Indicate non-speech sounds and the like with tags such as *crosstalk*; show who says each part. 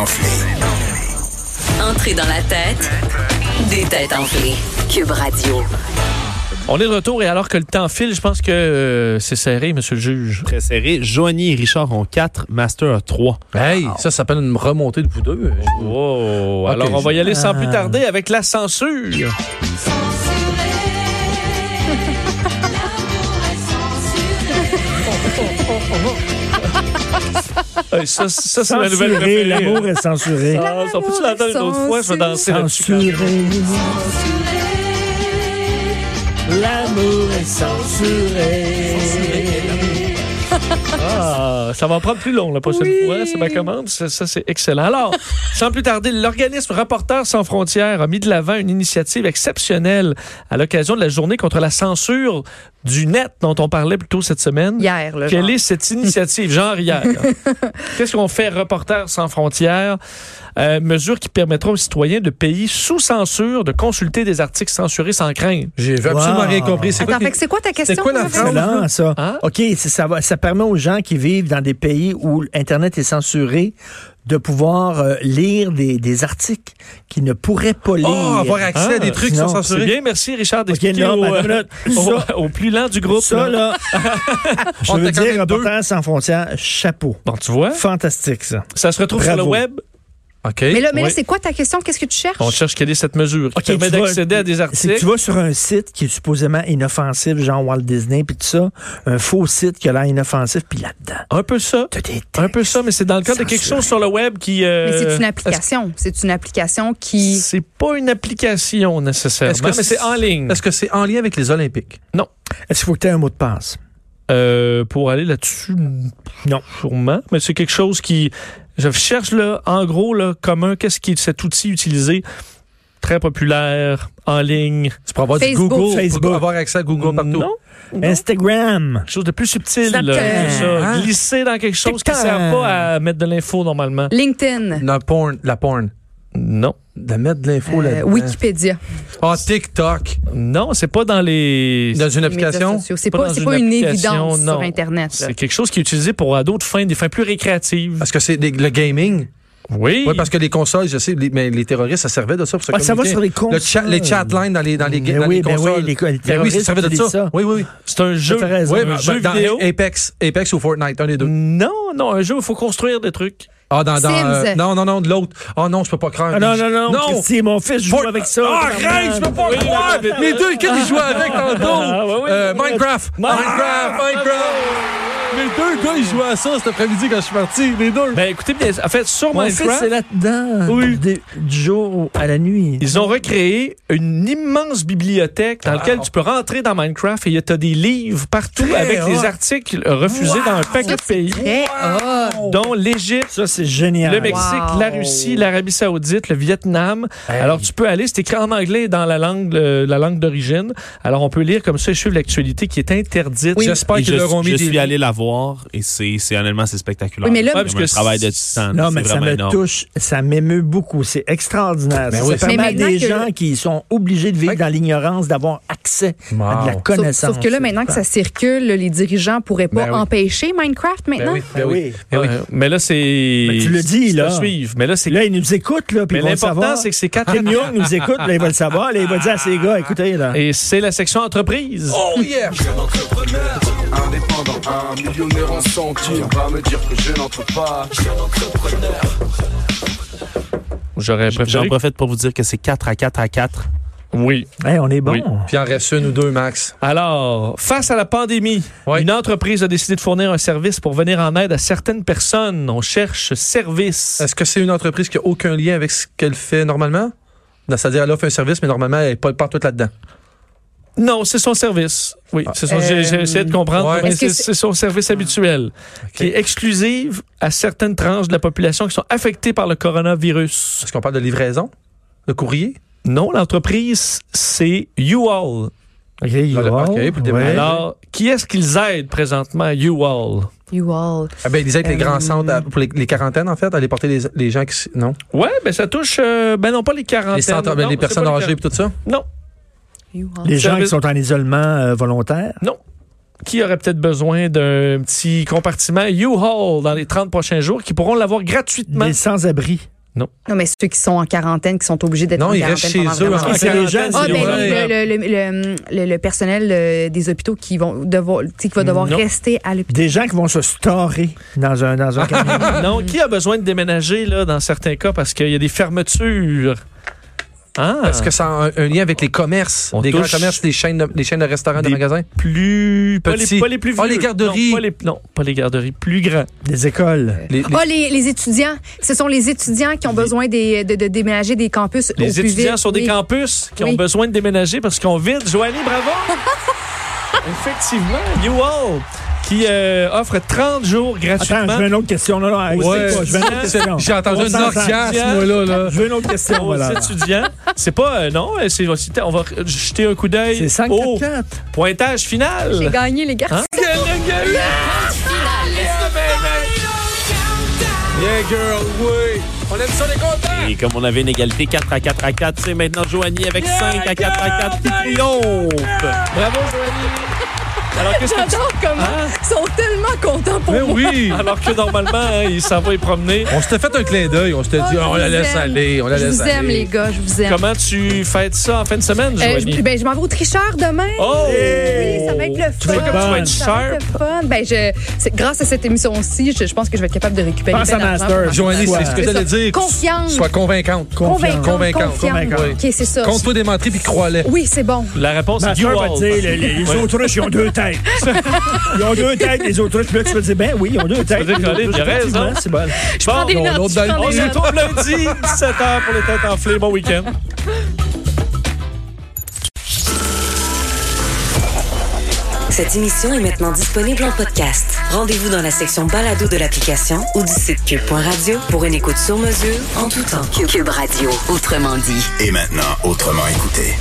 Speaker 1: Enflée.
Speaker 2: Entrée dans la tête des têtes enflées. Cube Radio.
Speaker 3: On est de retour et alors que le temps file, je pense que euh, c'est serré, monsieur le juge.
Speaker 4: très serré. Joanie et Richard ont 4, Master a 3.
Speaker 3: Hey, ça s'appelle une remontée de euh, poudre.
Speaker 4: Wow!
Speaker 3: Alors, on va y aller sans plus tarder avec la censure. Hey, Ça, ça c'est ma nouvelle préférée.
Speaker 5: Censuré, l'amour est censuré.
Speaker 3: Ah, ça, on peut-tu l'entendre une autre fois? Je vais danser là-dessus.
Speaker 5: Censuré. L'amour est censuré.
Speaker 3: Ah, ça va en prendre plus long la prochaine fois. C'est ma commande. Ça, ça, c'est excellent. Alors, sans plus tarder, l'organisme Rapporteurs sans frontières a mis de l'avant une initiative exceptionnelle à l'occasion de la journée contre la censure du net dont on parlait plus tôt cette semaine.
Speaker 6: Hier, là.
Speaker 3: Quelle
Speaker 6: genre.
Speaker 3: est cette initiative, genre
Speaker 6: *laughs*
Speaker 3: hier? Qu'est-ce qu'on fait, Reporters sans frontières? Euh, mesure qui permettra aux citoyens de pays sous censure de consulter des articles censurés sans crainte.
Speaker 7: J'ai absolument
Speaker 5: Wow.
Speaker 7: rien compris. C'est quoi
Speaker 6: Attends,
Speaker 7: qui-
Speaker 6: fait que c'est quoi ta question?
Speaker 7: quoi la
Speaker 6: là,
Speaker 7: phrase?
Speaker 6: Vincent?
Speaker 5: Excellent, ça.
Speaker 3: Hein?
Speaker 5: OK, ça, ça va- ça permet aux gens qui vivent dans des pays où Internet est censuré de pouvoir euh, lire des, des articles qu'ils ne pourraient pas lire.
Speaker 7: Oh, avoir accès à
Speaker 3: Ah,
Speaker 7: des trucs
Speaker 5: sinon,
Speaker 7: sans
Speaker 3: C'est
Speaker 7: censurer.
Speaker 3: bien, merci Richard d'expliquer
Speaker 5: non,
Speaker 3: au,
Speaker 5: mais attends une minute.
Speaker 3: *laughs* au- au plus lent du groupe.
Speaker 5: Ça,
Speaker 3: là.
Speaker 5: là, *laughs* je
Speaker 7: On
Speaker 5: veux
Speaker 7: t'a quand
Speaker 5: dire,
Speaker 7: même deux.
Speaker 5: Reporters sans frontières, chapeau.
Speaker 3: Bon, tu vois,
Speaker 5: Fantastique, ça.
Speaker 3: ça se retrouve sur
Speaker 5: Bravo.
Speaker 3: le web.
Speaker 7: OK.
Speaker 6: Mais là, mais là
Speaker 3: Oui.
Speaker 6: c'est quoi ta question? Qu'est-ce que tu cherches?
Speaker 3: On cherche quelle est cette mesure qui
Speaker 5: Ok,
Speaker 3: permet
Speaker 5: tu vas-
Speaker 3: d'accéder à des
Speaker 5: C'est que
Speaker 3: articles.
Speaker 5: tu vas sur un site qui est supposément inoffensif, genre Walt Disney, puis tout ça, un faux site qui a l'air inoffensif, puis là-dedans,
Speaker 3: Un peu ça.
Speaker 5: t'as des
Speaker 3: Un peu ça, mais c'est dans le cadre de quelque
Speaker 5: Censuré.
Speaker 3: chose sur le web qui. euh,
Speaker 6: Mais c'est une application. C'est une application qui.
Speaker 3: C'est pas une application nécessairement,
Speaker 7: Est-ce que
Speaker 3: mais c'est en ligne.
Speaker 7: Est-ce que c'est en lien avec les Olympiques?
Speaker 5: Est-ce qu'il faut que tu aies un mot de passe?
Speaker 3: Euh, pour aller là-dessus, non, sûrement. Mais c'est quelque chose qui, je cherche là, en gros là, commun. Qu'est-ce qui est cet outil utilisé très populaire en ligne
Speaker 7: Tu pourras avoir
Speaker 6: Facebook.
Speaker 7: du Google, pour
Speaker 5: Facebook.
Speaker 7: avoir accès à Google partout.
Speaker 3: Non, Non.
Speaker 5: Instagram.
Speaker 3: quelque chose de plus subtil. là,
Speaker 6: Snapchat.
Speaker 3: ça.
Speaker 7: Hein?
Speaker 3: Glisser dans quelque chose qui
Speaker 5: TikTok.
Speaker 3: sert pas à mettre de l'info normalement.
Speaker 6: LinkedIn.
Speaker 7: La porn. La porn.
Speaker 3: Non,
Speaker 7: De mettre de l'info
Speaker 6: euh,
Speaker 7: là-dedans.
Speaker 6: Wikipédia.
Speaker 7: Ah, TikTok.
Speaker 3: non, c'est pas dans les.
Speaker 7: Dans une
Speaker 6: les médias
Speaker 7: application.
Speaker 6: sociaux. C'est
Speaker 3: Pas dans
Speaker 6: pas, c'est
Speaker 3: une
Speaker 6: pas une
Speaker 3: application,
Speaker 6: évidence
Speaker 3: non.
Speaker 6: sur Internet. là.
Speaker 3: C'est quelque chose qui est utilisé pour à d'autres fins, des fins plus récréatives.
Speaker 7: Est-ce que c'est des- le gaming?
Speaker 3: Oui.
Speaker 7: Oui, Ah, parce que les consoles, je sais, les, mais les terroristes, ça servait de ça pour se
Speaker 5: Ah, ça va
Speaker 7: communiquer.
Speaker 5: sur les
Speaker 7: Le chat,
Speaker 5: consoles.
Speaker 7: les chatlines dans les, dans les,
Speaker 5: Ben
Speaker 7: dans
Speaker 5: oui,
Speaker 7: les
Speaker 5: ben oui,
Speaker 7: consoles.
Speaker 5: les- les
Speaker 7: Ben oui,
Speaker 5: terroristes
Speaker 7: ça servait de
Speaker 5: utilisent
Speaker 7: ça.
Speaker 5: ça.
Speaker 7: Oui, oui, oui.
Speaker 3: c'est un jeu.
Speaker 5: t'as raison.
Speaker 7: Oui,
Speaker 3: un
Speaker 7: ben,
Speaker 3: jeu
Speaker 7: dans
Speaker 3: vidéo.
Speaker 7: Apex, Apex ou Fortnite, un des deux.
Speaker 3: Non, non, un jeu où il faut construire des trucs.
Speaker 7: Ah, dans, dans,
Speaker 6: Sims.
Speaker 7: euh, non, non, non, de l'autre. Ah non, je peux pas croire.
Speaker 5: Ah, non, non, non,
Speaker 7: Non!
Speaker 5: Christy, mon fils joue
Speaker 7: Fort-
Speaker 5: avec ça.
Speaker 7: Ah, arrête, je peux pas le croire. Les deux, qu'est-ce qu'ils jouaient avec
Speaker 3: Ah, ouais,
Speaker 7: tantôt?
Speaker 3: ouais.
Speaker 7: Euh, Minecraft. Minecraft, Minecraft. Les deux gars, ils jouaient à ça cet après-midi quand je suis parti. Les deux.
Speaker 3: Ben écoutez, bien, en fait, sur
Speaker 5: Mon fils
Speaker 3: Minecraft,
Speaker 5: c'est là-dedans,
Speaker 3: Oui.
Speaker 5: des- du jour à la nuit.
Speaker 3: ils ont recréé une immense bibliothèque dans laquelle tu peux rentrer dans Minecraft et tu as des livres partout
Speaker 7: Très
Speaker 3: avec des
Speaker 7: hot.
Speaker 3: articles refusés dans un paquet de pays,
Speaker 6: Eh, ah,
Speaker 3: dont l'Égypte,
Speaker 5: Ça, c'est génial.
Speaker 3: le Mexique, la Russie, l'Arabie Saoudite, le Vietnam. Alors tu peux aller, c'est écrit en anglais et dans la langue, euh, la langue d'origine. Alors on peut lire comme ça et suivre l'actualité qui est interdite.
Speaker 7: J'espère
Speaker 8: Et
Speaker 7: qu'ils
Speaker 8: je,
Speaker 7: leur ont mis
Speaker 8: je
Speaker 7: des.
Speaker 8: suis allé la voir et c'est c'est- honnêtement c'est spectaculaire.
Speaker 6: Oui, mais là-
Speaker 8: C'est
Speaker 3: Ouais, parce
Speaker 8: comme
Speaker 3: que
Speaker 8: un travail
Speaker 3: c'est-
Speaker 8: de titan.
Speaker 5: Non, mais
Speaker 8: c'est
Speaker 5: ça
Speaker 8: vraiment
Speaker 5: me
Speaker 8: énorme.
Speaker 5: touche, ça m'émeut beaucoup. C'est extraordinaire.
Speaker 7: Ben
Speaker 5: ça
Speaker 7: oui.
Speaker 5: ça
Speaker 6: Mais
Speaker 5: permet à
Speaker 6: maintenant
Speaker 5: des
Speaker 6: que-
Speaker 5: gens qui sont obligés de vivre
Speaker 7: Ouais.
Speaker 5: dans l'ignorance d'avoir accès à de la
Speaker 7: Wow.
Speaker 6: Sauf,
Speaker 5: connaissance.
Speaker 6: sauf que là, maintenant que ça circule, les dirigeants pourraient pas
Speaker 7: Ben oui.
Speaker 6: empêcher Minecraft
Speaker 7: Ben
Speaker 6: maintenant.
Speaker 7: oui,
Speaker 5: Ben
Speaker 7: ben
Speaker 5: oui.
Speaker 7: oui. Ben oui.
Speaker 3: Ouais, mais là, c'est.
Speaker 5: Mais tu le dis,
Speaker 3: c'est
Speaker 5: là.
Speaker 3: à suivre. Mais là, c'est.
Speaker 5: Là, ils nous écoutent, là, puis
Speaker 3: Mais
Speaker 5: ils vont le
Speaker 3: l'important,
Speaker 5: savoir.
Speaker 3: c'est que c'est quatre.
Speaker 5: Kim Young nous écoute, là, il va le savoir. Là, il va dire à ces gars, écoutez, là.
Speaker 3: Et c'est la section entreprise.
Speaker 7: Oh, yeah.
Speaker 9: Indépendant, un millionnaire en sentier, on va me dire que je n'entre pas.
Speaker 3: J'aurais
Speaker 8: J'en
Speaker 3: préféré.
Speaker 8: profite pour vous dire que c'est 4 à 4 à 4.
Speaker 3: Oui.
Speaker 5: Hey, Eh, on est bon.
Speaker 3: Oui.
Speaker 7: Puis il en reste une ou deux, max.
Speaker 3: Alors, face à la pandémie,
Speaker 7: Ouais.
Speaker 3: une entreprise a décidé de fournir un service pour venir en aide à certaines personnes. On cherche service.
Speaker 7: Est-ce que c'est une entreprise qui n'a aucun lien avec ce qu'elle fait normalement? Non, C'est-à-dire, elle offre un service, mais normalement, elle n'est pas partout là-dedans.
Speaker 3: Non, c'est son service. Oui, c'est son. J'ai
Speaker 6: Euh,
Speaker 3: j'ai essayé de comprendre,
Speaker 7: ouais.
Speaker 3: mais
Speaker 6: Est-ce que
Speaker 3: c'est
Speaker 6: c'est-
Speaker 3: c'est son service habituel, qui est exclusive à certaines tranches de la population qui sont affectées par le coronavirus.
Speaker 7: Est-ce qu'on parle de livraison? De courrier?
Speaker 3: Non, l'entreprise, c'est YouAll.
Speaker 5: OK, il va.
Speaker 7: OK, puis le
Speaker 3: Eh
Speaker 5: Ouais.
Speaker 3: Alors, qui est-ce qu'ils aident présentement, YouAll?
Speaker 6: You all.
Speaker 7: Ah ben, ils aident les grands centres à- pour les, les quarantaines, en fait, à aller porter les, les gens qui. s- Non?
Speaker 3: Ouais, ben ça touche, euh, ben non pas les 40
Speaker 7: Les, centres, ben, les personnes âgées et tout ça? ben,
Speaker 3: Non,
Speaker 6: You all.
Speaker 5: Les gens
Speaker 3: Service-
Speaker 5: qui sont en isolement euh, volontaire.
Speaker 3: non. qui auraient peut-être besoin d'un petit compartiment U-Haul dans les 30 prochains jours, qui pourront l'avoir gratuitement.
Speaker 5: Les sans-abri.
Speaker 6: Non, mais ceux qui sont en quarantaine, qui sont obligés d'être
Speaker 7: Non,
Speaker 6: en
Speaker 7: ils
Speaker 6: quarantaine.
Speaker 7: restent chez eux
Speaker 6: pendant vraiment
Speaker 7: en
Speaker 5: c'est les gens,
Speaker 7: quarantaine.
Speaker 6: Ah,
Speaker 7: c'est
Speaker 6: ben,
Speaker 7: vrai.
Speaker 6: le, le- le- le- le personnel euh, des hôpitaux qui vont devoir, tu sais, qui va devoir
Speaker 3: Non.
Speaker 6: rester à l'hôpital.
Speaker 5: Des gens qui vont se storer dans un, dans un camion.
Speaker 7: *laughs*
Speaker 3: *laughs* Non, qui a besoin de déménager là, dans certains cas parce qu'il y a des fermetures? Ah,
Speaker 7: Est-ce que ça a un, un lien avec les commerces?
Speaker 3: On
Speaker 7: les
Speaker 3: touche-
Speaker 7: grands commerces, les chaînes de, les chaînes de restaurants, de
Speaker 3: Des-
Speaker 7: magasins?
Speaker 3: plus pas les,
Speaker 7: Petit.
Speaker 3: pas les plus vieux.
Speaker 7: Ah, les garderies.
Speaker 3: Non, pas les, non, pas les garderies, plus grands.
Speaker 5: des écoles.
Speaker 7: Les- les-
Speaker 6: Ah, les, les étudiants. Ce sont les étudiants qui ont besoin des- de, de déménager des campus. au
Speaker 3: Les
Speaker 6: plus
Speaker 3: étudiants
Speaker 6: vite.
Speaker 3: sur des
Speaker 6: Oui.
Speaker 3: campus qui
Speaker 6: Oui.
Speaker 3: ont besoin de déménager parce qu'on vide. Joanie, bravo! Effectivement, New Hall qui euh, offre 30 jours
Speaker 5: Attends, je
Speaker 3: gratuitement
Speaker 5: veux une autre question. Non, non, hey,
Speaker 7: Ouais.
Speaker 5: c'est pas, je veux une autre
Speaker 7: *laughs*
Speaker 5: question.
Speaker 7: J'ai entendu
Speaker 5: Ah, On
Speaker 7: une
Speaker 5: s'entend.
Speaker 7: orgasme,
Speaker 3: s'entend.
Speaker 7: moi, là, là.
Speaker 5: Je veux une autre question.
Speaker 3: aux
Speaker 5: voilà.
Speaker 3: étudiants. C'est pas... euh, non, c'est, c'est- on va jeter un coup d'œil
Speaker 5: C'est 5
Speaker 3: au
Speaker 5: 4
Speaker 3: pointage
Speaker 6: J'ai
Speaker 3: final.
Speaker 6: gagné, les gars.
Speaker 3: Hein?
Speaker 7: Yeah, girl, oui. On aime ça, les contents.
Speaker 8: Et comme on avait une égalité 4 à 4 à 4, c'est maintenant Joanie avec 5 à 4 à 4 qui triomphe.
Speaker 3: Bravo, Joanie! Alors, qu'est-ce que tu...
Speaker 6: *laughs* J'adore comment
Speaker 3: Hein?
Speaker 6: ils sont tellement contents pour
Speaker 7: Mais
Speaker 6: moi.
Speaker 7: oui.
Speaker 3: *laughs* Alors que normalement, hein, il s'en va y promener.
Speaker 7: On s'était fait un clin d'œil. On s'était
Speaker 6: Ah,
Speaker 7: dit,
Speaker 6: je
Speaker 7: on la
Speaker 6: vous
Speaker 7: laisse
Speaker 6: aime.
Speaker 7: aller. On la
Speaker 6: Je
Speaker 7: laisse
Speaker 6: vous
Speaker 7: aller.
Speaker 6: aime, les gars. Je vous aime.
Speaker 3: Comment tu fêtes ça en fin de semaine,
Speaker 6: Euh,
Speaker 3: Joanie?
Speaker 6: je, ben, je m'en vais au tricheur demain.
Speaker 3: Oh!
Speaker 6: Oui, ça va être le
Speaker 3: Tu
Speaker 6: fun.
Speaker 3: vois comme tu vas être
Speaker 6: Ça va
Speaker 3: sharp.
Speaker 6: être le fun. Ben, je, c'est- grâce à cette émission-ci, je, je pense que je vais être capable de récupérer.
Speaker 5: Pense
Speaker 6: ben
Speaker 5: à
Speaker 6: d'argent
Speaker 5: Master.
Speaker 6: pour-
Speaker 7: Oh. Joanie, c'est ce que
Speaker 6: C'est
Speaker 7: t'allais
Speaker 6: ça.
Speaker 7: dire.
Speaker 6: Confiante.
Speaker 7: Sois convaincante.
Speaker 6: Convaincante.
Speaker 7: Convaincante.
Speaker 6: Confiante.
Speaker 7: Oui.
Speaker 6: OK, c'est ça.
Speaker 7: Compte-toi des menteries puis crois-les.
Speaker 6: Oui, c'est bon.
Speaker 3: La réponse
Speaker 5: Ma
Speaker 3: est you
Speaker 5: sœur va te dire, les, les- les autruches, ils ont
Speaker 7: *laughs*
Speaker 5: deux têtes. Ils ont deux têtes, les autruches. Puis là, tu vas te dire, ben oui, ils ont deux têtes.
Speaker 3: veux dire,
Speaker 5: les
Speaker 3: Colin,
Speaker 5: autruches,
Speaker 3: il a
Speaker 5: effectivement,
Speaker 3: raison.
Speaker 5: C'est bon.
Speaker 6: Je prends des
Speaker 7: non,
Speaker 6: notes.
Speaker 7: l'autre
Speaker 6: je
Speaker 7: dans le
Speaker 6: prends
Speaker 3: On
Speaker 6: des
Speaker 3: se
Speaker 6: notes.
Speaker 3: retrouve lundi, 17h pour les têtes enflées. Bon week-end.
Speaker 2: Cette émission est maintenant disponible en podcast. Rendez-vous dans la section balado de l'application ou du site cube.radio pour une écoute sur mesure en tout temps. Cube Radio, autrement dit.
Speaker 1: Et maintenant, autrement écouté.